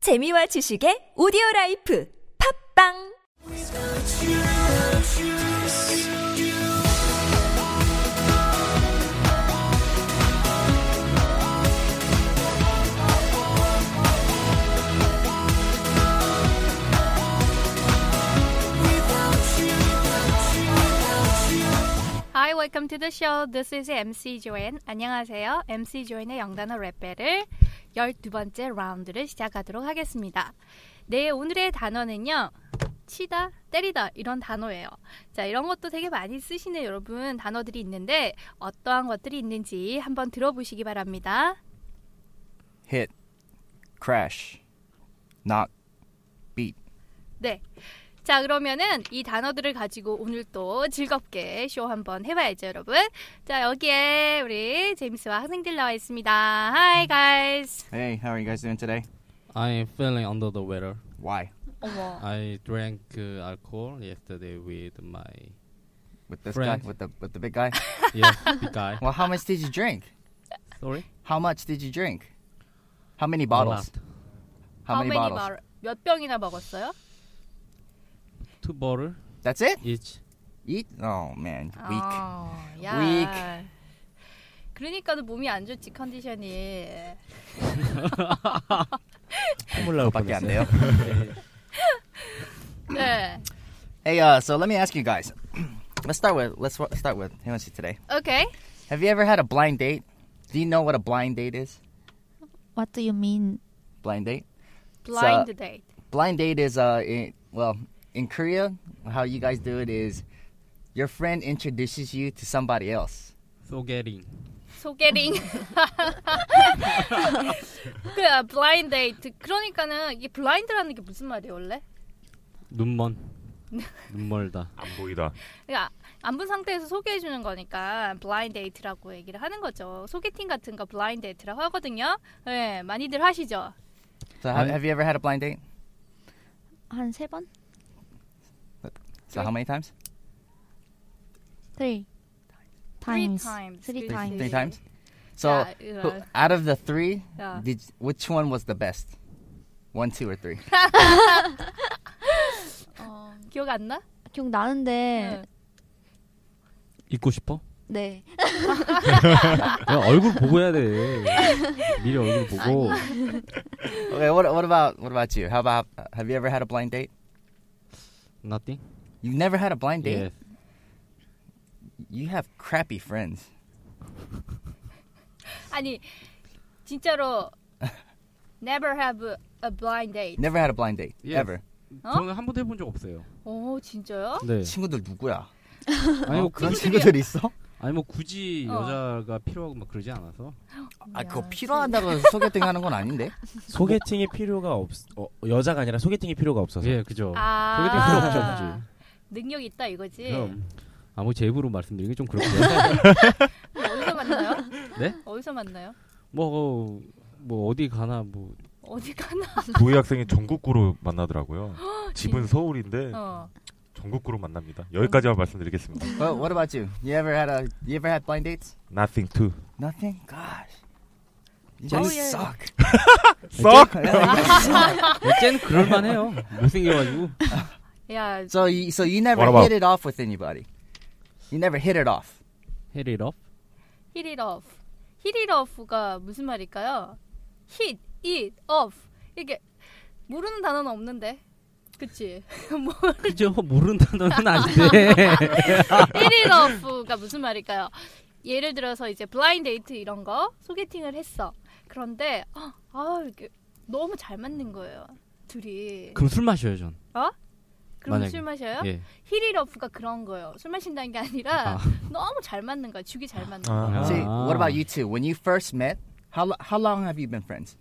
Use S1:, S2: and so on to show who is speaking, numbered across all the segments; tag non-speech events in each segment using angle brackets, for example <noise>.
S1: 재미와 지식의 오디오 라이프 팝빵
S2: Hi, welcome to the show. This is MC Joanne. 안녕하세요. MC Joanne의 영단어 랩벨을 12번째 라운드를 시작하도록 하겠습니다. 네, 오늘의 단어는요. 치다, 때리다 이런 단어예요. 자, 이런 것도 되게 많이 쓰시는 여러분 단어들이 있는데 어떠한 것들이 있는지 한번 들어보시기 바랍니다.
S3: hit, crash, knock, beat.
S2: 네. 자, 그러면은 이 단어들을 가지고 오늘 또 즐겁게 쇼 한번 해봐야죠, 여러분. 자, 여기에 우리 제임스와 학생들 나와 있습니다.
S3: 음.
S2: Hi, guys.
S3: Hey, how are you guys doing today?
S4: I am feeling under the weather.
S3: Why?
S2: 어머.
S4: I drank uh, alcohol yesterday with my <laughs>
S3: With this
S4: Friend.
S3: guy? With the with the big guy? <laughs>
S4: yes, big guy.
S3: well, how much did you drink?
S4: <laughs> Sorry.
S3: How much did you drink? How many
S4: A
S3: bottles?
S4: lot.
S3: How, many, bottles?
S2: bar- 몇 병이나 먹었어요?
S4: Two bottle
S3: That's it?
S4: <laughs> each.
S3: Eat? Oh man, weak.
S2: 아, 야.
S3: Weak.
S2: 그러니까도 몸이 안 좋지
S3: <laughs>
S2: 컨디션이.
S4: 콧물 <laughs> 나올
S3: 밖에 안
S4: 뻔했어요.
S2: 네.
S3: Hey, uh, so let me ask you guys. <clears throat> let's start with let's wa- start with who wants to today.
S2: 오케이.
S3: Have you ever had a blind date? Do you know what a blind date is?
S5: What do you mean?
S3: Blind date.
S2: 블라인드 데이트.
S3: blind date is uh in, well in korea how you guys do it is your friend introduces you to somebody else
S4: So getting.
S3: <laughs>
S2: 소개링. 그 블라인드 데이트. 그러니까는 이게 블라인드라는 게 무슨 말이에요, 원래?
S4: <laughs> 눈먼. 눈멀다.
S6: 안 보이다.
S2: 그러니까 안 본 상태에서 소개해 주는 거니까 블라인드 데이트라고 얘기를 하는 거죠. 소개팅 같은 거 블라인드 데이트라고 하거든요. 네, 많이들 하시죠.
S3: so have,
S4: Right.
S3: have you ever had a blind date
S5: 한 세 번?
S3: so how many times
S5: Three.
S2: Three
S5: Times.
S2: times.
S5: Three
S2: Three
S5: times.
S3: three
S2: 네.
S3: times uh, so
S2: Yeah,
S3: who-
S2: yeah.
S3: out of the three
S2: Yeah.
S3: did which one was the best one two or three <laughs>
S2: 기억 안 나?
S5: 기억나는데,
S2: 네.
S4: 잊고 싶어?
S5: 네.
S2: 아.
S4: 야, 얼굴 보고 해야 돼. 미리 얼굴 보고.
S3: okay what, what about what about you how about have you ever had a blind date
S4: Nothing.
S3: you've never had a blind
S2: 네.
S4: Yes.
S3: date you have crappy friends
S2: 아니 진짜로 never have a blind date.
S3: never had a blind date
S4: Yes.
S3: ever
S2: 어?
S4: 저는 한 번도 해본 적 없어요.
S2: 오 진짜요?
S4: 네.
S3: 친구들 누구야
S4: 아니 뭐
S3: 어, 그런
S4: 굳이,
S3: 친구들 있어
S4: 아니 뭐 굳이
S2: 어.
S4: 여자가 필요하고 막 그러지 않아서.
S3: 아 그거 필요하다고 소개팅 하는 건 아닌데
S7: 소개팅이 필요가 없 어, 여자가 아니라 소개팅이 필요가 없어서
S4: 예, 그죠.
S2: 아.
S4: 소개팅 필요 없죠, 굳이.
S2: 능력 있다 이거지.
S4: 그럼 아무 뭐 제 입으로 말씀드리기 좀 그렇고요. <laughs>
S2: 어디서 만나요?
S4: 네?
S2: 어디서 만나요?
S4: 뭐, 뭐 어디 가나 뭐
S2: 어디 가나?
S6: 도희 학생이 전국구로 만나더라고요. 집은 서울인데
S2: 어.
S6: 전국구로 만납니다. 여기까지만 말씀드리겠습니다.
S3: Well, what about you? You ever had a you ever had blind dates?
S6: Nothing to.
S3: Nothing. Gosh, you
S4: Just-
S3: guys suck. <laughs>
S6: 썩.
S4: 쟤는 그럴만해요 못생겨가지고
S2: 야
S3: <laughs> So you so you never
S6: What about-
S3: hit it off with anybody. You never hit it off.
S4: 헤리럽
S2: hit it off. hit it off가 무슨 말일까요? hit it off 이게 모르는 단어는 없는데.
S4: <laughs>
S2: 그치? 뭐
S4: 그죠 모르는 단어는 아닌데
S2: 1인 어프가 무슨 말일까요? 예를 들어서 이제 블라인드 데이트 이런 거 소개팅을 했어. 그런데 아, 아 이게 너무 잘 맞는 거예요. 둘이.
S4: 그럼 술 마셔요 전
S2: 그럼
S4: 만약에-
S2: 술 마셔요?
S4: 예.
S2: 힐인 어프가 그런 거예요. 술 마신다는 게 아니라
S4: 아.
S2: <laughs> 너무 잘 맞는 거야. 죽이 잘 맞는 거야.
S6: 아,
S3: See,
S4: Ah.
S3: what about you two? When you first met, how lo- how long have you been friends?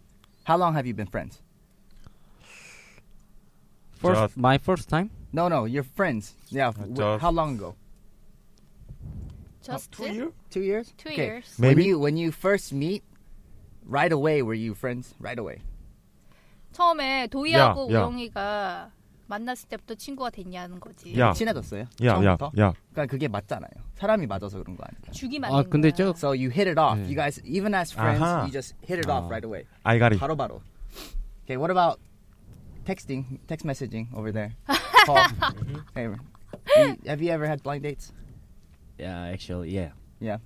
S3: How long have you been friends?
S4: First, my first time?
S3: No, no, you're friends. Yeah. w-
S6: just-
S3: how long ago?
S2: Just
S6: two year?
S3: Two years.
S2: two
S3: Okay.
S2: years.
S3: When
S6: Maybe.
S3: you when you first meet, right away were you friends? Right away.
S2: 처음에 도희하고
S6: 야, 야.
S2: 우영이가 만났을 때부터 친구가 됐냐는 거지.
S6: 야.
S3: 친해졌어요.
S6: 야, 야,
S3: 처음부터?
S6: 야.
S3: 그러니까 그게 맞잖아요. 사람이 맞아서 그런 거 아니에요.
S2: 죽이 맞는
S4: 아 근데
S2: 거야.
S4: 저
S3: So you hit it off.
S4: Yeah.
S3: You guys, even as friends,
S6: Aha.
S3: you just hit it
S4: Ah.
S3: off right away.
S6: I got it.
S3: 바로 바로. Okay, what about texting, text messaging over there. Paul, hey, you- have you ever had blind dates?
S7: Yeah, actually, yeah.
S3: Yeah.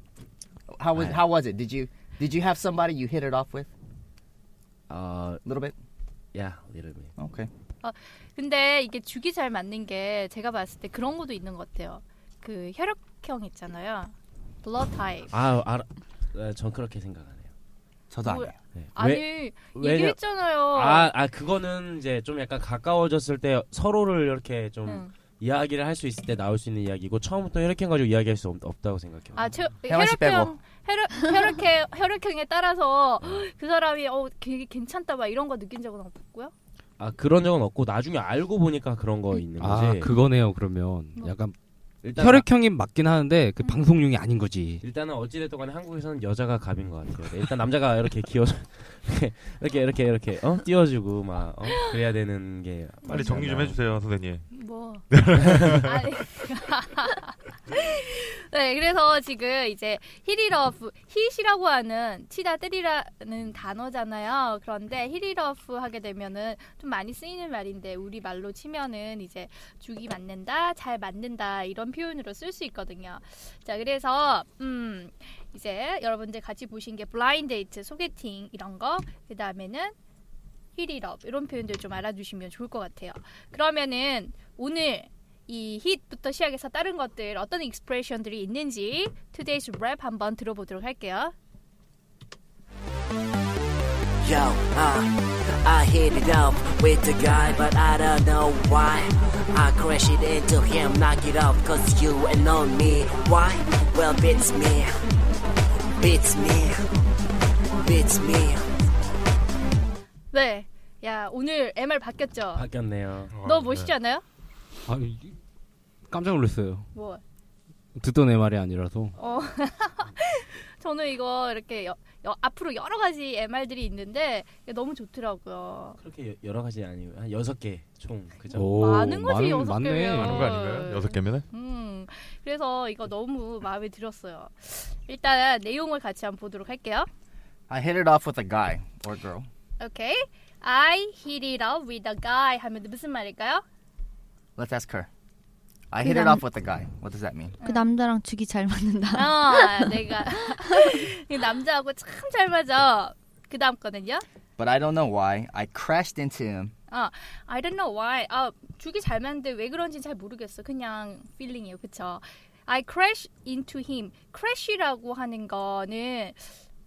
S3: How was
S7: I-
S3: how was it? Did you did you have somebody you hit it off with
S7: Uh,
S3: a little bit?
S7: yeah, little bit.
S3: Okay.
S2: 근데 이게 죽이 잘 맞는 게 제가 봤을 때 그런 것도 있는 것 같아요. 그 혈액형 있잖아요. 블러 타입.
S7: 아, 알아. 아, 전 그렇게 생각 안 해요.
S3: 저도
S2: 뭐야?
S7: 네. 왜?
S2: 아니
S7: 왜냐-
S2: 얘기했잖아요.
S7: 아, 아 그거는 이제 좀 약간 가까워졌을 때 서로를 이렇게 좀
S2: 응.
S7: 이야기를 할 수 있을 때 나올 수 있는 이야기고 처음부터 혈액형 가지고 이야기할 수 없, 없다고 생각해요.
S2: 아, 최,
S3: 혜원 씨 빼고.
S2: 혈액형, 혈액, 혈액형, 혈액형에 따라서 <gasps> 그 사람이 어 되게 괜찮다 막 이런 거 느낀 적은 없고요.
S7: 아 그런 적은 없고 나중에 알고 보니까 그런 거 있는 거지.
S4: 아 그거네요 그러면
S2: 뭐.
S4: 약간
S7: 일단
S4: 혈액형이 맞긴 하는데 그
S2: 음.
S4: 방송용이 아닌 거지
S7: 일단은 어찌됐든 간에 한국에서는 여자가 갑인 것 같아요. 네, 일단 남자가 이렇게 기어서 <laughs> 이렇게 이렇게 이렇게 어 띄워주고 막 어? 그래야 되는 게
S6: 빨리 정리 좀
S7: 맞잖아요.
S6: 해주세요, 선생님.
S2: 뭐. 아니. <laughs> 네, 그래서 지금 이제 히리러프, 히시라고 하는 치다 때리라는 단어잖아요. 그런데 히리러프 하게 되면은 좀 많이 쓰이는 말인데 우리 말로 치면은 이제 죽이 맞는다, 잘 맞는다 이런 표현으로 쓸 수 있거든요. 자, 그래서 음 이제 여러분들 같이 보신 게 블라인드 데이트, 소개팅 이런 거, 그 다음에는 히리럽 이런 표현들 좀 알아주시면 좋을 것 같아요. 그러면은 오늘 이 hit부터 시작해서 다른 것들 어떤 익스프레션들이 있는지 today's rap 한번 들어보도록 할게요.
S8: Yo, uh, I hit it up with the guy, but I don't know why. I crashed it into him, knock it off, cause you and not me. Why? Well, beats me, beats me, beats me.
S2: 네, 야 오늘 MR 바뀌었죠.
S7: 바뀌었네요.
S2: 너무 멋있지 않아요?
S4: 아 이- 깜짝 놀랐어요
S2: 뭐,
S4: 듣던 애 말이 아니라서
S2: 어, <laughs> 저는 이거 이렇게 여, 여, 앞으로 여러 가지 MR들이 있는데 너무 좋더라고요.
S7: 그렇게 여- 여러 가지 아니고 한 여섯 개 총 그죠?
S4: 오,
S2: 많은
S4: 많은-
S2: 거지, 여섯
S4: 많네.
S2: 개면.
S6: 많은 거 아닌가요? 여섯 개면은?
S2: 음, 그래서 이거 너무 마음에 들었어요. 일단 내용을 같이 한번 보도록 할게요.
S3: I hit it off with a guy or girl.
S2: 오케이. I hit it up with a guy 하면 무슨 말일까요?
S3: Let's ask her. I hit it
S5: 그냥-
S3: off with a guy. What does that mean?
S5: 그 남자랑 죽이 잘 맞는다.
S2: 아, 내가 <laughs> 이 남자하고 참 잘 맞아. 그 다음 거는요?
S3: But I don't know why I crashed into him.
S2: 아, I don't know why. 아, 죽이 잘 맞는데 왜 그런지 잘 모르겠어. 그냥 feeling이에요. 그쵸? I crash into him. crash이라고 하는 거는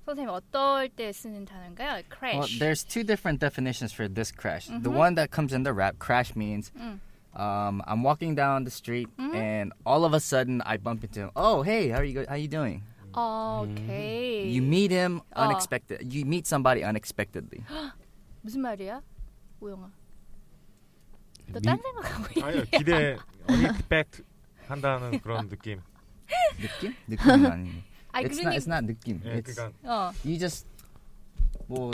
S2: 선생님 어떨 때 쓰는 단어인가요?
S3: Well,
S2: crash. Mm-hmm.
S3: there's two different definitions for this crash. The one that comes in the rap crash means
S2: Mm.
S3: um, I'm walking down the street
S2: Mm-hmm.
S3: and all of a sudden I bump into him. Oh, hey, how are you? Go- how you doing?
S2: 어, 오케이.
S3: 네. 음, You meet him
S2: Oh.
S3: unexpected. You meet
S2: <gasps>
S3: somebody unexpectedly.
S2: 무슨 말이야? 오영아.
S4: 미-
S2: 너딴 생각하고 있니?
S6: <laughs> 아니요, 기대, unexpect 한다는 그런 느낌.
S2: <laughs>
S3: 느낌? 느낌은 아니에요.
S2: 아,
S3: it's not.
S2: 그러니
S3: It's not 느낌.
S6: 예,
S3: It's
S6: 그러니까
S2: 어.
S3: you just 뭐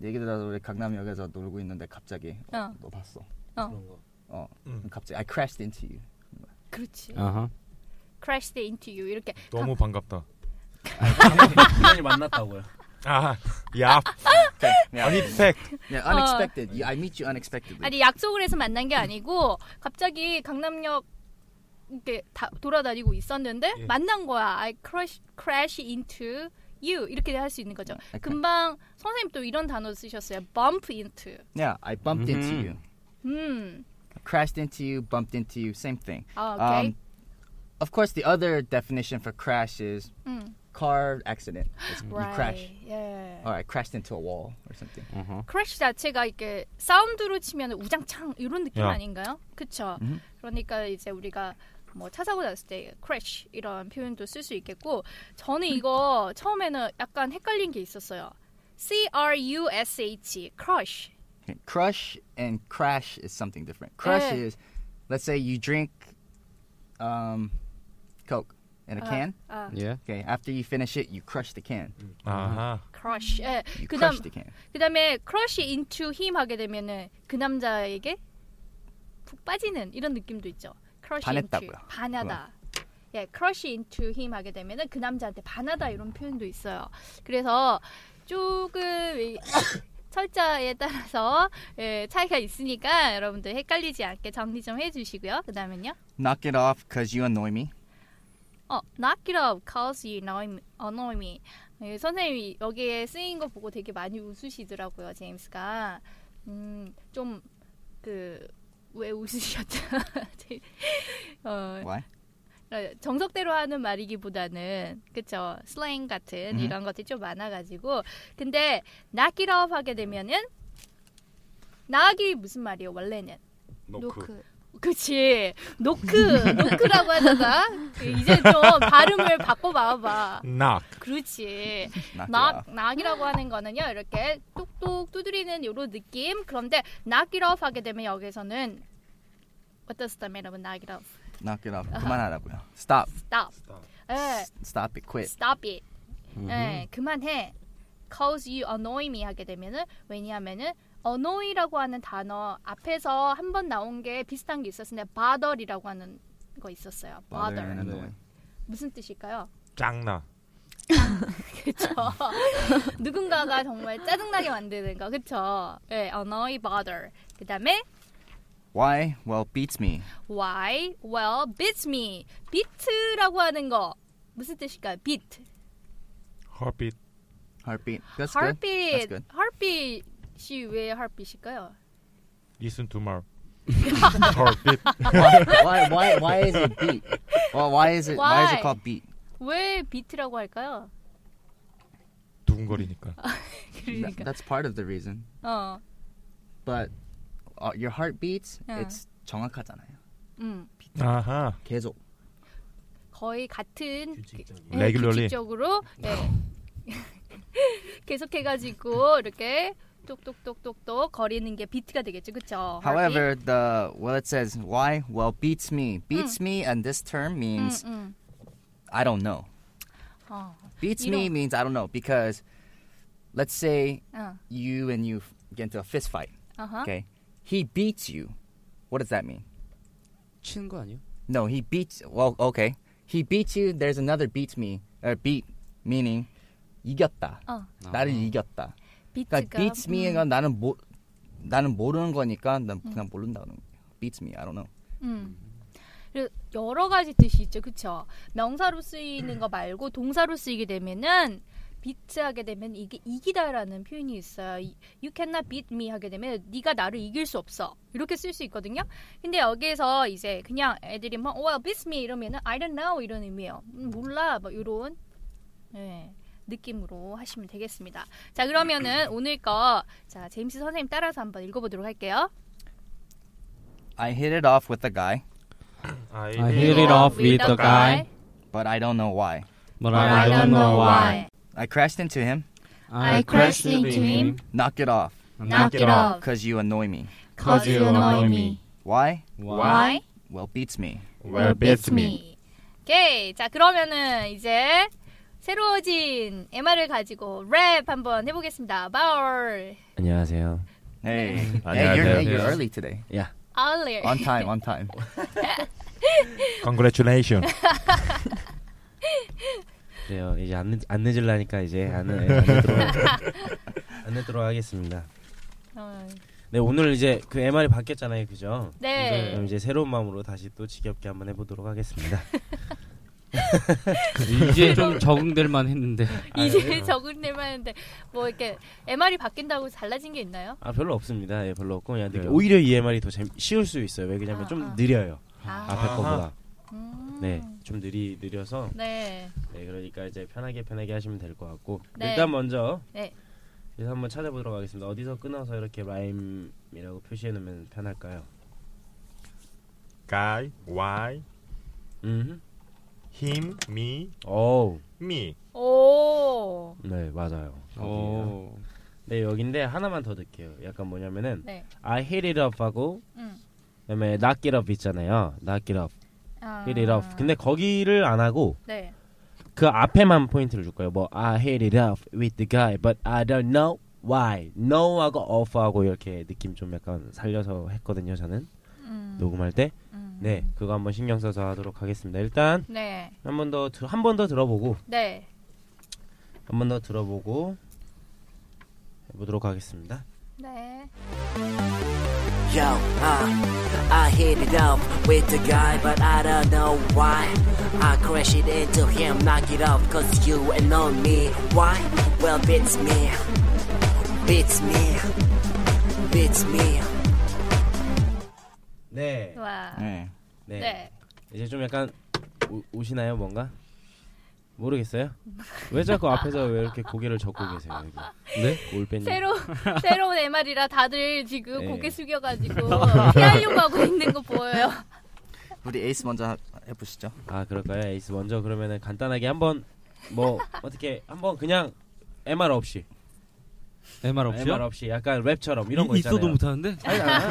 S3: 얘기 들어서 우리 강남역에서 놀고 있는데 갑자기 어,
S2: 어.
S3: 너 봤어.
S7: 그런 거.
S3: 어,
S6: 음.
S3: 갑자기 I crashed into
S2: <laughs>
S3: you.
S2: 그렇지.
S3: 어.
S4: 아하
S2: crashed into you 이렇게
S6: 너무 반갑다.
S7: 인연이 만났다고요.
S6: 아, 야,
S3: Yeah,
S6: unexpect.
S3: yeah unexpected. You, I meet you unexpectedly.
S2: 아니 약속을 해서 만난 게 아니고 갑자기 강남역 이렇게 다, 돌아다니고 있었는데
S6: 예.
S2: 만난 거야. I crash crash into you 이렇게 할 수 있는 거죠.
S3: 오케이.
S2: 금방 선생님 또 이런 단어 쓰셨어요. bump into.
S3: Yeah, I bumped into
S4: Mhm.
S3: you.
S2: 음.
S3: Crashed into you, bumped into you, same thing.
S2: 아, 오케이.
S3: Um, of course, the other definition for crash is
S2: 음.
S3: car accident. It's, You
S2: Mm. right.
S3: crash.
S2: 예.
S3: Or I crashed into a wall or something.
S4: 아하
S2: crash 자체가 이렇게 사운드로 치면 우장창 이런 느낌
S6: 야.
S2: 아닌가요? 그쵸?
S3: 음.
S2: 그러니까 이제 우리가 뭐 차 사고 났을 때 crash 이런 표현도 쓸 수 있겠고 저는 이거 처음에는 약간 헷갈린 게 있었어요. C R U S H crush.
S3: Okay, Crush and crash is something different. Crush
S2: Eh.
S3: is, let's say you drink um, Coke in a
S2: 아,
S3: can.
S2: 아,
S4: 예
S3: Okay, after you finish it, you crush the can.
S6: 아하.
S2: crush. 예.
S3: You
S2: 그다음
S3: crush the can.
S2: 그다음에 crush into him 하게 되면은 그 남자에게 푹 빠지는 이런 느낌도 있죠. crush into
S3: 반했다고요. 어.
S2: 반하다. 예, crush into him 하게 되면은 그 남자한테 반하다 이런 <coughs> 표현도 있어요. 그래서 조금 이- 철자에 따라서 예, 차이가 있으니까 여러분들 헷갈리지 않게 정리 좀 해주시고요. 그 다음은요.
S3: Knock it off because you annoy me.
S2: 어, knock it off, cause you annoy me. annoy me. 예, 어, 선생님이 여기에 쓰인 거 보고 되게 많이 웃으시더라고요, 제임스가. 음, 좀, 그, 왜 웃으셨죠? <laughs> 제- 어,
S3: Why?
S2: 정석대로 하는 말이기보다는, 그쵸, 슬랭 같은
S3: 음.
S2: 이런 것들이 좀 많아가지고. 근데, knock it off 하게 되면은, knock이 무슨 말이에요, 원래는?
S6: 그
S5: 노크.
S2: 그치. 노크, 노크라고 하다가, 이제 좀 발음을 바꿔봐봐.
S6: knock.
S2: 그렇지.
S3: Knock it
S2: 낙,
S3: off.
S2: 낙이라고 하는 거는요, 이렇게 뚝뚝 두드리는 요런 느낌. 그런데 낙이라고 하게 되면 여기서는 What does that mean? 여러분, 낙이라고.
S3: Knock it off.
S2: Uh-huh.
S3: 그만하라고요. Stop.
S2: Stop. 예,
S3: Stop it. Quit.
S2: stop it. 예, 그만해. Cause you annoy me 하게 되면은 왜냐하면은 annoy라고 하는 단어 앞에서 한 번 나온 게 비슷한 게 있었는데 bother이라고 하는 거 있었어요.
S3: Bother and
S2: bother.
S3: annoy.
S2: 무슨 뜻일까요? <laughs>
S6: 짱나.
S2: 그쵸. 누군가가 정말 짜증나게 만드는 거, 그쵸? 예, annoy, bother. 그 다음에
S3: Why? Well, beats me.
S2: why, well, beats me. beat라고 하는 거 무슨 뜻일까요? beat.
S6: heartbeat.
S3: Heartbeat. That's
S2: heartbeat.
S3: good.
S2: heartbeat이 왜 heartbeat일까요?
S6: listen to my <laughs> heartbeat.
S3: That's good. why? Why? Why is it beat? Well, why is it? Why, is
S2: Why?
S3: it called beat?
S2: 왜 beat라고 할까요?
S6: 두근거리니까.
S3: Th-
S2: 그러니까.
S3: that's part of the reason.
S2: 어,
S3: But uh, your heart beats.
S2: 어.
S3: It's 정확하잖아요.
S2: 음,
S6: 아하.
S3: 계속.
S2: 거의 같은 예,
S6: Regularly.
S2: 규칙적으로 예. <laughs> 계속해가지고 이렇게 똑똑똑똑똑 거리는 게 비트가 되겠죠, 그쵸? 음, heartbeat.
S3: However, the well it says why? Well, beats me. Beats
S2: Hmm.
S3: me, and this term means
S2: 음,
S3: I don't know.
S2: 어,
S3: Beats
S2: You
S3: me
S2: don't- Uh.
S3: means I don't know because let's say
S2: 어,
S3: you and you f- get into a fist fight.
S2: 어허.
S3: Okay, he beats you. What does that mean?
S9: 치는 거 아니에요?
S3: No, he beats. Well, okay, he beats you. There's another beats me. Or beat meaning 이겼다.
S2: 어. 음.
S3: 나를 이겼다.
S2: 비트가
S3: 그러니까 beats me인 건 나는 모 나는 모르는 거니까 난 그냥 모른다는 거예요. Beats me. I don't know.
S2: 음. 그리고 여러 가지 뜻이 있죠, 그렇죠? 명사로 쓰이는 거 말고 동사로 쓰이게 되면은 비트하게 되면 이게 이기다라는 표현이 있어요. 이- You cannot beat me 하게 되면 네가 나를 이길 수 없어 이렇게 쓸 수 있거든요. 근데 여기에서 이제 그냥 애들이 막 "Oh, well beat me 이러면은 I don't know 이런 의미예요. 음, 몰라 뭐 이런 예, 느낌으로 하시면 되겠습니다. 자 그러면은 오늘 거자 제임스 선생님 따라서 한번 읽어보도록 할게요.
S3: I hit it off with a guy,
S6: I
S9: 아,
S4: I
S9: 예.
S4: hit it off with
S2: the
S4: a guy,
S3: but I don't know why.
S4: but I don't know why.
S3: I crashed into him.
S9: 아,
S5: I crashed into him.
S3: Knock it off,
S5: Knock it
S2: Oh.
S5: off.
S3: cause you annoy me.
S5: Cause you annoy me.
S3: Why?
S5: Why?
S3: Well, beats me.
S5: Well, beats me.
S2: 오케이. 자, 그러면은 이제 새로워진 MR을 가지고 랩 한번 해보겠습니다. 바울.
S7: 안녕하세요.
S3: Hey, hey, you're,
S6: 안녕하세요.
S3: hey, you're early today.
S2: 알리.
S3: On time, on time.
S6: Congratulations.
S7: 그래요. 이제 안, 늦, 안 늦으려니까 이제 안, 안 <laughs> 늦도록 안 늦도록 하겠습니다.
S2: <laughs> 어,
S7: 네 오늘 이제 그 MR이 바뀌었잖아요, 그죠? 그럼
S2: 네.
S7: 이제 새로운 마음으로 다시 또 지겹게 한번 해보도록 하겠습니다.
S9: <laughs> 이제 좀 적응될만 했는데
S2: <laughs> 이제 적응될 만한데 뭐 이렇게 MR이 바뀐다고 달라진 게 있나요?
S7: <laughs> 아 별로 없습니다. 예, 별로 없고 그냥 되게
S4: 그래요?
S7: 오히려 이 MR이 더 재미, 쉬울 수 있어요. 왜 그러냐면
S2: 아,
S7: 좀
S2: 아.
S7: 느려요.
S2: 아.
S7: 앞에 거보다.
S2: 음.
S7: 네, 좀 느리 느려서
S2: 네.
S7: 네 그러니까 이제 편하게 편하게 하시면 될 것 같고
S2: 네.
S7: 일단 먼저
S2: 네.
S7: 그래서 한번 찾아보도록 하겠습니다. 어디서 끊어서 이렇게 라임이라고 표시해 놓으면 편할까요?
S6: guy, why,
S7: 음.
S6: him, me,
S7: 오.
S6: me.
S2: 오.
S7: 네 맞아요. 여기예요.
S9: 오.
S7: 네 여기인데 하나만 더 넣을게요. 약간 뭐냐면은
S2: 네.
S7: I hit it up 하고
S2: 음.
S7: 그다음에 knock it up 있잖아요. knock it up,
S2: 아.
S7: hit it up. 근데 거기를 안 하고
S2: 네.
S7: 그 앞에만 포인트를 줄 거예요. 뭐 I hit it off with the guy, but I don't know why. No 하고 off 하고 이렇게 느낌 좀 약간 살려서 했거든요. 저는
S2: 음.
S7: 녹음할 때.
S2: 음.
S7: 네, 그거 한번 신경 써서 하도록 하겠습니다. 일단
S2: 네.
S7: 한 번 더 한 번 더 들어보고
S2: 네.
S7: 한 번 더 들어보고 해보도록 하겠습니다.
S2: 네.
S8: Yo, uh, I hit it up with the guy, but I don't know why. I crash it into him, knock it off, cause you and not me. Why? Well, beats me, beats me, beats me.
S7: 네.
S2: 와.
S3: 네.
S7: 네.
S2: 네.
S7: 이제 좀 약간 우, 우시나요 뭔가? 모르겠어요. 왜 자꾸 앞에서 왜 이렇게 고개를 젓고 계세요? 여기?
S2: <laughs>
S7: 네? 올빼님.
S2: 새로 새로운 MR이라 다들 지금
S7: 네.
S2: 고개 숙여가지고 피하려고 하고 있는 거 보여요.
S3: 우리 에이스 먼저 하- 해보시죠.
S7: 아 그럴까요? 에이스 먼저 그러면은 간단하게 한번 뭐 어떻게 한번 그냥 MR 없이
S9: MR 없이요?
S7: MR 아, 없이 약간 랩처럼 이런 거
S9: 이-
S7: 있잖아요.
S9: 있어도 못하는데?
S7: 아니, 아니.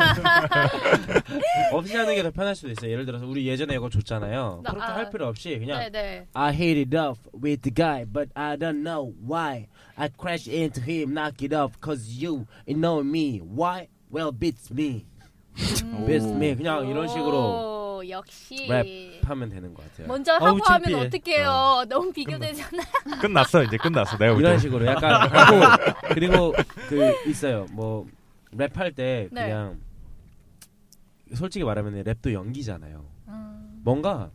S7: 없이 하는 게 더 편할 수도 있어요. 예를 들어서 우리 예전에 이거 줬잖아요.
S2: 나-
S7: 그렇게
S2: 아.
S7: 할 필요 없이 그냥
S2: 네네.
S7: I hit it off with the guy, but I don't know why. I crashed into him, knock it off, cause you you know me. Why? Well,
S2: <laughs>
S7: beats me. beats me. 그냥 이런 식으로
S2: 오, 역시
S7: 랩하면 되는 것 같아요.
S2: 먼저
S9: 어우,
S2: 하고 하면
S9: 창피해.
S2: 어떡해요. 너무 비교되잖아.
S6: 끝났어 이제 끝났어 내가 볼
S7: 이런
S6: 때.
S7: 식으로 약간 하고 그리고 그 있어요. 뭐 랩할 때
S2: 네.
S7: 그냥 솔직히 말하면 랩도 연기잖아요.
S2: 음.
S7: 뭔가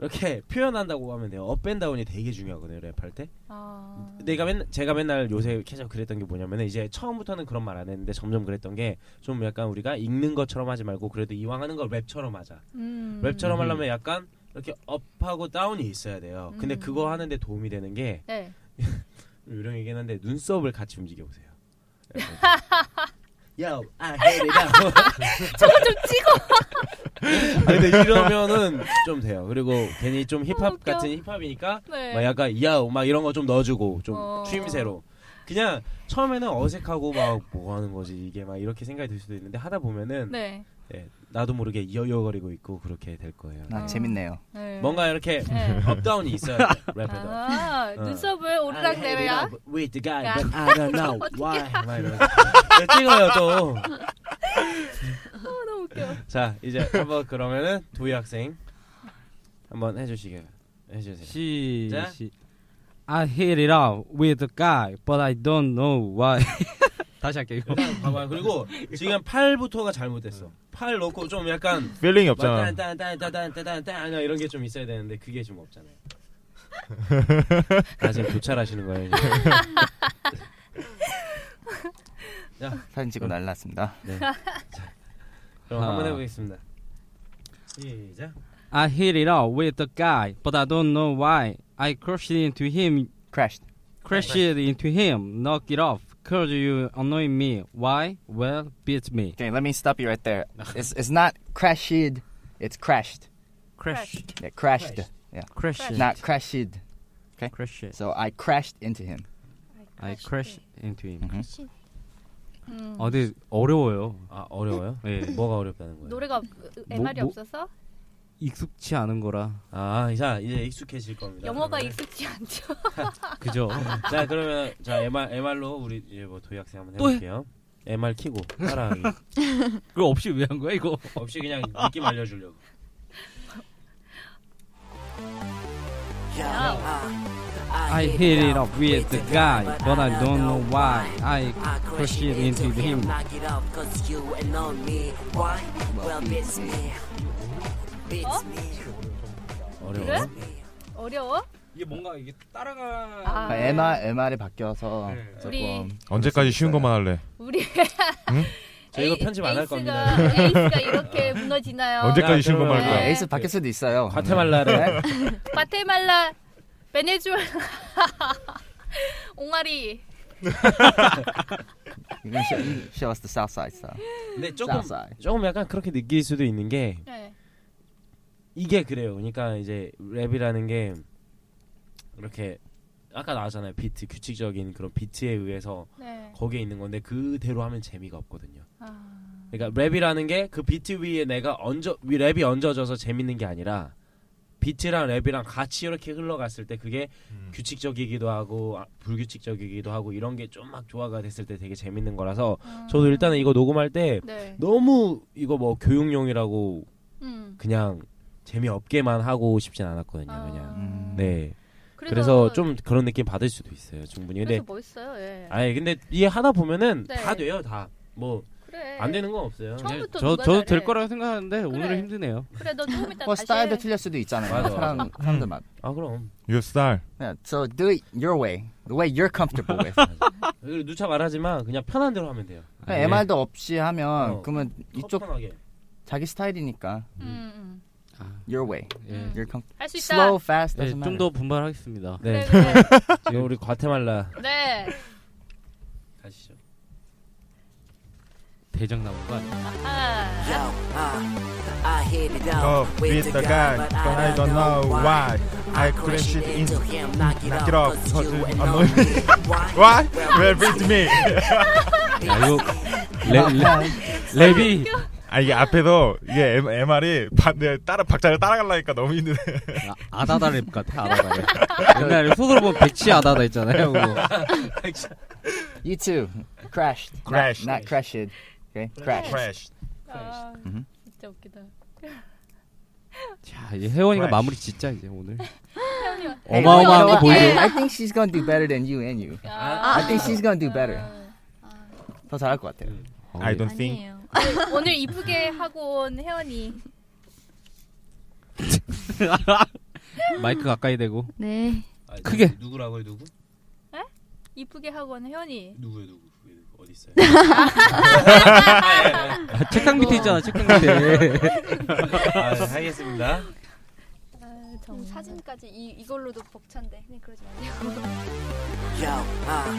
S7: 이렇게 표현한다고 하면 돼요. 업앤다운이 되게 중요하거든요. 랩할 때.
S2: 아.
S7: 내가 맨 제가 맨날 요새 계속 그랬던 게 뭐냐면은 이제 처음부터는 그런 말 안 했는데 점점 그랬던 게 좀 약간 우리가 읽는 것처럼 하지 말고 그래도 이왕 하는 걸 랩처럼 하자.
S2: 음.
S7: 랩처럼 하려면 약간 이렇게 업하고 다운이 있어야 돼요. 근데
S2: 음.
S7: 그거 하는데 도움이 되는 게
S2: 네.
S7: 요령 얘기긴 한데 눈썹을 같이 움직여 보세요. <laughs> Yo, I hate it <laughs> out.
S2: 저거 좀 찍어.
S7: 아니, 근데 이러면은 좀 돼요. 그리고 괜히 좀 힙합
S2: 어, 웃겨.
S7: 같은 힙합이니까
S2: 네.
S7: 막 약간 야우 막 이런 거 좀 넣어주고 좀
S2: 어.
S7: 추임새로 그냥 처음에는 어색하고 막 뭐 하는 거지 이게 막 이렇게 생각이 들 수도 있는데 하다 보면은
S2: 네.
S7: 예, 나도 모르게 이어이어거리고 있고 그렇게 될 거예요.
S3: 아, 재밌네요.
S2: 네.
S7: 뭔가 이렇게
S2: 네.
S7: 업다운이 있어야 <laughs> 돼 랩에도.
S2: 아, <laughs>
S7: 어.
S2: 눈썹을 오르락 내리락.
S7: With the guy,
S2: 야.
S7: but I don't
S2: <laughs>
S7: know why. 막 이러면서. 네, 찍어요 또.
S2: 아, 너무 웃겨.
S7: 자 이제 한번 그러면은 도희 학생 한번 해주시게 해주세요.
S9: 시,
S7: 자.
S9: 시. I hit it out with a guy, but I don't know why. <laughs> 다시 할게요. 이거.
S7: 봐봐 그리고 지금 팔부터가 잘못됐어. 팔 넣고 좀 약간
S6: 필링이 없잖아
S7: 딴딴딴딴딴딴딴 이런 게 좀 있어야 되는데 그게 좀 없잖아요. 아 지금 도찰하시는 거예요. 지금.
S3: 사진 찍고 날랐습니다.
S7: 그럼
S9: 아.
S7: 한번 해보겠습니다. 시작.
S9: I hit it out with a guy, but I don't know why. I crashed into him,
S3: Crashed.
S9: crashed into him, knock it off. Cause you annoy me. Why? Well, beat me.
S3: Okay, let me stop you right
S7: <laughs>
S3: there. It's it's not crashed. It's crashed.
S2: Crashed.
S3: Yeah, crashed.
S7: Crashed.
S3: Yeah,
S9: Crashed.
S3: not crashed.
S9: crashed.
S3: So I crashed into him.
S9: I crashed into him.
S2: 음.
S7: 어.
S9: 아, 근데 어려워요.
S7: 아 어려워요?
S9: 예.
S7: 뭐가 어렵다는 거예요?
S2: 노래가 없- MR이
S9: 뭐-
S2: 없어서
S9: 익숙치 않은 거라.
S7: 아 자, 이제 익숙해질 겁니다.
S2: 영어가
S7: 그러면.
S2: 익숙지 않죠.
S9: 그죠?
S7: 자 그러면 자 MR MR로 우리 이제 뭐 도희 학생 한번
S9: 또 해?
S7: 해볼게요. MR 키고 따라하기.
S9: 그거 없이 왜 한 거야, 이거?
S7: 없이 그냥 느낌 알려주려고. 네.
S8: Yo,
S2: Oh.
S7: 아.
S8: uh,
S9: I hit it up with the guy, but I don't know why. I
S8: I
S9: crashed into him.
S8: knock it off, cause you and not me. Why? Well, beats me, beats me.
S7: 어려워.
S2: 어려워?
S9: 이게 뭔가 이게 따라가.
S2: 아,
S3: MR MR이 바뀌어서
S7: 네.
S2: 우리-
S3: 조금
S6: 언제까지 쉬운 것만 할래
S2: 우리
S7: 저 이거
S2: 에이-
S7: <laughs> 편집 안할
S2: 에이스가-
S7: 겁니다.
S2: 에이스가 이렇게 무너지나요?
S6: 언제까지 쉬운 것만
S7: 그러면-
S6: 할
S3: 아,
S6: 거야
S2: 네.
S3: 에이스 바뀔 수도 있어요. 네.
S7: 과테말라를.
S2: <laughs> 과테말라, 베네수엘라, <laughs> 옹알이.
S3: You can show, show us the south side stuff.
S7: 근데 조금
S3: South side.
S7: 조금 약간 그렇게 느낄 수도 있는 게
S2: 네.
S7: 이게 그래요. 그러니까 이제 랩이라는 게 이렇게 아까 나왔잖아요. 비트 규칙적인 그런 비트에 의해서
S2: 네.
S7: 거기에 있는 건데 그대로 하면 재미가 없거든요.
S2: 아,
S7: 그러니까 랩이라는 게 그 비트 위에 내가 얹어 위 랩이 얹어져서 재밌는 게 아니라 비트랑 랩이랑 같이 이렇게 흘러갔을 때 그게 규칙적이기도 하고 아, 불규칙적이기도 하고 이런 게 좀 막 조화가 됐을 때 되게 재밌는 거라서
S2: 음.
S7: 저도 일단은 이거 녹음할 때
S2: 네.
S7: 너무 이거 뭐 교육용이라고
S2: 음.
S7: 그냥 재미없게만 하고 싶진
S3: 음.
S7: 않았거든요.
S2: 아.
S7: 그냥 네. 그래서 좀 그런 느낌 받을 수도 있어요 충분히. 근데
S2: 그래서 멋있어요. 예.
S7: 아니 근데 이게 하다 보면은
S2: 네.
S7: 다 돼요 다. 뭐 안
S2: 그래.
S7: 되는 건 없어요.
S2: 처음부터
S9: 저
S2: 누가
S9: 저도 될
S2: 잘해.
S9: 거라고 생각하는데 오늘은 힘드네요.
S2: 그래 너 조금 이따
S3: 뭐
S2: 다시
S3: 스타일도
S2: 해. 음,
S3: 틀릴 수도 있잖아요.
S7: 맞아, 맞아.
S3: 사람 사람들 맛.
S7: 아 그럼.
S6: Your style.
S3: Yeah, so do it your way, the way you're comfortable with.
S7: 아, 그리고 누차 말하지만 그냥 편한 대로 하면 돼요.
S3: 그냥 MR도 네, 없이 하면
S7: 네. 어.
S3: 그러면 이쪽
S7: 편하게.
S3: 자기 스타일이니까
S2: 음, 음.
S3: your way,
S9: 예.
S3: you're comfortable.
S2: 할수 있다.
S3: Slow, fast,
S9: 예,
S3: doesn't matter.
S9: 좀더 분발하겠습니다.
S2: 그래,
S7: 네.
S2: 그래.
S7: <laughs>
S10: <laughs>
S7: 지금 우리 과테말라
S2: 네.
S7: 가시죠.
S9: 대장 나무가
S2: 아.
S8: Yo, uh, I hit it
S5: Go Oh,
S8: out
S5: with the guy, but I don't know why. I crashed into
S8: him, knock it
S5: knock
S8: off,
S5: it off,
S8: cause
S5: cause
S8: you
S5: you
S8: annoy
S5: annoy
S8: me. Why?
S5: Why? Well, with me.
S9: 야, 이거 레, 레, 랩이
S5: <laughs> 아 이게 앞에도 이게 M, MR이 반대 따라 박자를 따라가려니까 너무 힘드네.
S9: 아, 다다랩 같아 아다다랩. 옛날에 소설로 보면 백치 아다다 있잖아요. 그거.
S3: You too. Crashed. Not-
S5: Crashed.
S3: Not, crashed. Okay. Crashed.
S5: Crash.
S2: 아,
S3: Mhm.
S2: 진짜 웃기다.
S9: 자 이제 혜원이가
S5: Fresh.
S9: 마무리 짓자 이제 오늘.
S3: Hey, you
S9: 어마어마한
S3: know
S9: 거
S3: what?
S9: 보여줘.
S3: I think she's gonna do better than you and you. I think she's gonna do better. 더 잘할 것 같아요.
S9: 어,
S5: I don't think.
S10: 아니에요.
S2: 오늘 이쁘게 하고 온 혜원이.
S9: 마이크 가까이 대고.
S10: 네.
S7: 아,
S9: 크게.
S7: 누구, 누구라고요 누구?
S2: 이쁘게 하고 온 혜원이.
S7: 누구요 누구? 왜, 누구? 어디 <laughs> 있어요?
S9: 아, 책상 밑에 있잖아 책상 <laughs> 밑에.
S7: 아, 네, 알겠습니다.
S2: 아, 정말.
S10: 사진까지 이, 이걸로도 벅찬데. 네, 그러지 마세요.
S8: Yo, uh,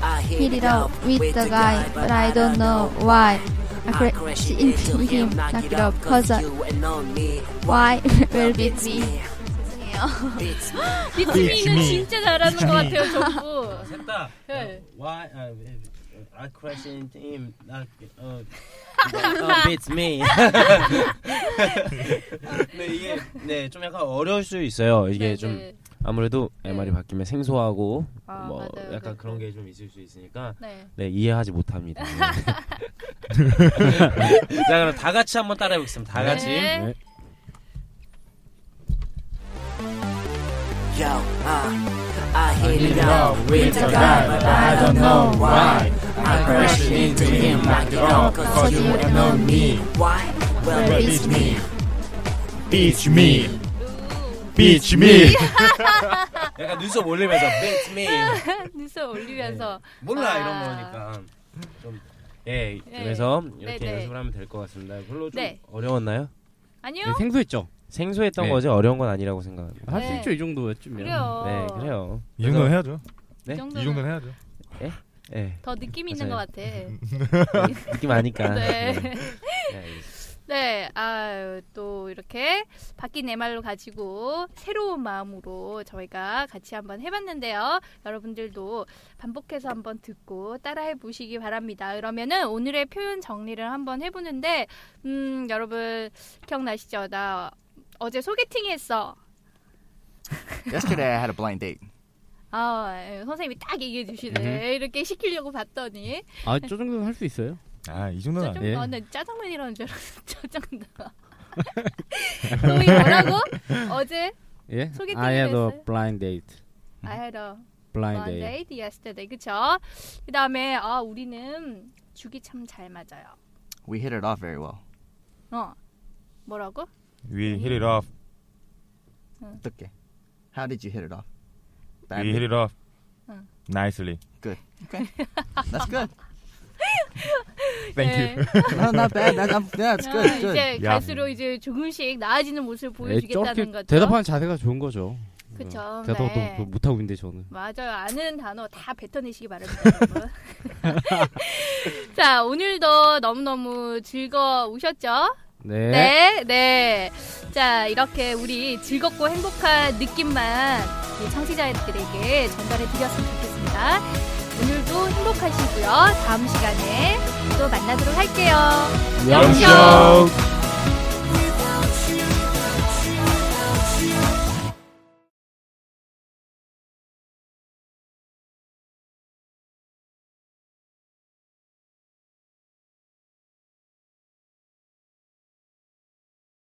S8: I hit
S10: Hit it up with the guy, but I don't know why. I
S5: 아,
S8: I
S10: crashed into him, knock it off, cause I-
S8: you annoy me.
S5: <laughs>
S10: why will beat me.
S8: Beats me.
S2: 비트미는 진짜 잘하는 것 같아요, 전부.
S7: 셋다.
S2: 네.
S7: Why uh, I questioned him? Not, uh, uh, beats me. <laughs> 네 이게 네좀 약간 어려울 수 있어요. 이게
S2: 네,
S7: 좀
S2: 네.
S7: 아무래도
S2: 네.
S7: MR이 바뀌면 생소하고
S2: 아,
S7: 뭐
S2: 맞아요.
S7: 약간
S2: 네.
S7: 그런 게 좀 있을 수 있으니까
S2: 네.
S7: 네 이해하지 못합니다. <laughs> 자 그럼 다 같이 한번 따라해보겠습니다. 다 같이.
S2: 네.
S8: Yo, uh, I hit it
S5: it
S8: out
S5: up
S8: with the guy, but I don't know why. I crashed into him, knock it off, cause you annoy me. Why? Well, beats me.
S5: Beach me. Beach me.
S7: 약간 눈썹 올리면서 beats me.
S2: 눈썹 올리면서.
S7: 몰라
S2: 아.
S7: 이런 거니까 그러니까 좀. 예,
S2: 네.
S7: 그래서
S2: 네,
S7: 이렇게
S2: 네.
S7: 연습을 하면 될 것 같습니다. 별로 좀
S2: 네.
S7: 어려웠나요?
S2: 아니요?
S9: 네, 생소했죠.
S7: 생소했던
S9: 네.
S7: 거지 어려운 건 아니라고 생각합니다.
S9: 할
S2: 네.
S9: 수 있죠 이 정도였으면.
S2: 그래요.
S7: 네, 그래요.
S5: <laughs> 이 정도는 해야죠.
S7: 네?
S2: 이
S5: 이
S2: 정도는
S5: 정도는 해야죠.
S7: 예,
S2: 더 느낌 있는 것
S7: 맞아요.
S2: 같아.
S7: 느낌 아니까.
S2: 네.
S7: 네, 알겠습니다.
S2: 네, 아유, 또 이렇게 바뀐 MR로 가지고 새로운 마음으로 저희가 같이 한번 해봤는데요. 여러분들도 반복해서 한번 듣고 따라해 보시기 바랍니다. 그러면은 오늘의 표현 정리를 한번 해보는데, 음, 여러분 기억나시죠? 나 어제 소개팅 했어.
S3: Yesterday I had a blind date.
S2: 아, 예, 선생님이 딱 얘기해 주시네. 이렇게 시키려고 봤더니
S9: 아저 정도는 할 수 있어요.
S5: 아, 이 정도는
S2: 짜장,
S5: 아니에요.
S9: 예.
S2: 아, 나 <laughs> 짜장면이라는 줄 알았어. 짜장면. 너희 뭐라고? 어제
S9: 예.
S2: 소개팅이
S9: I had a
S2: 됐어요?
S9: blind date.
S2: I had a
S9: blind
S2: one
S9: date.
S2: day yesterday. 그쵸? 그 다음에, 아, 우리는 죽이 참 잘 맞아요.
S3: We hit it off very well.
S2: 어. 뭐라고?
S5: We hit it off.
S3: 어떻게? How did you hit it off?
S5: We hit it off.
S2: 응.
S5: Nicely.
S3: That's good.
S5: Thank you.
S3: No, not bad. That, I'm, yeah, <laughs> it's
S2: 아,
S3: good. It's good.
S2: 이제
S5: 야.
S2: 갈수록 이제 조금씩 나아지는 모습을
S9: 예, 저렇게
S2: 보여주겠다는 거죠.
S9: 대답하는 자세가 좋은 거죠.
S2: 그쵸.
S9: 대답
S2: 네.
S9: 또 못하고 있는데 저는.
S2: 맞아요. 아는 단어 다 뱉어내시기 바랍니다.
S9: <laughs>
S2: 여러분. <laughs> 자, 오늘도 너무너무 즐거우셨죠?
S9: 네.
S2: 네, 네. 자, 이렇게 우리 즐겁고 행복한 느낌만 이 청취자들에게 전달해 드렸으면 좋겠습니다. 오늘도 행복하시고요. 다음 시간에 또 만나도록 할게요.
S5: 영쇼.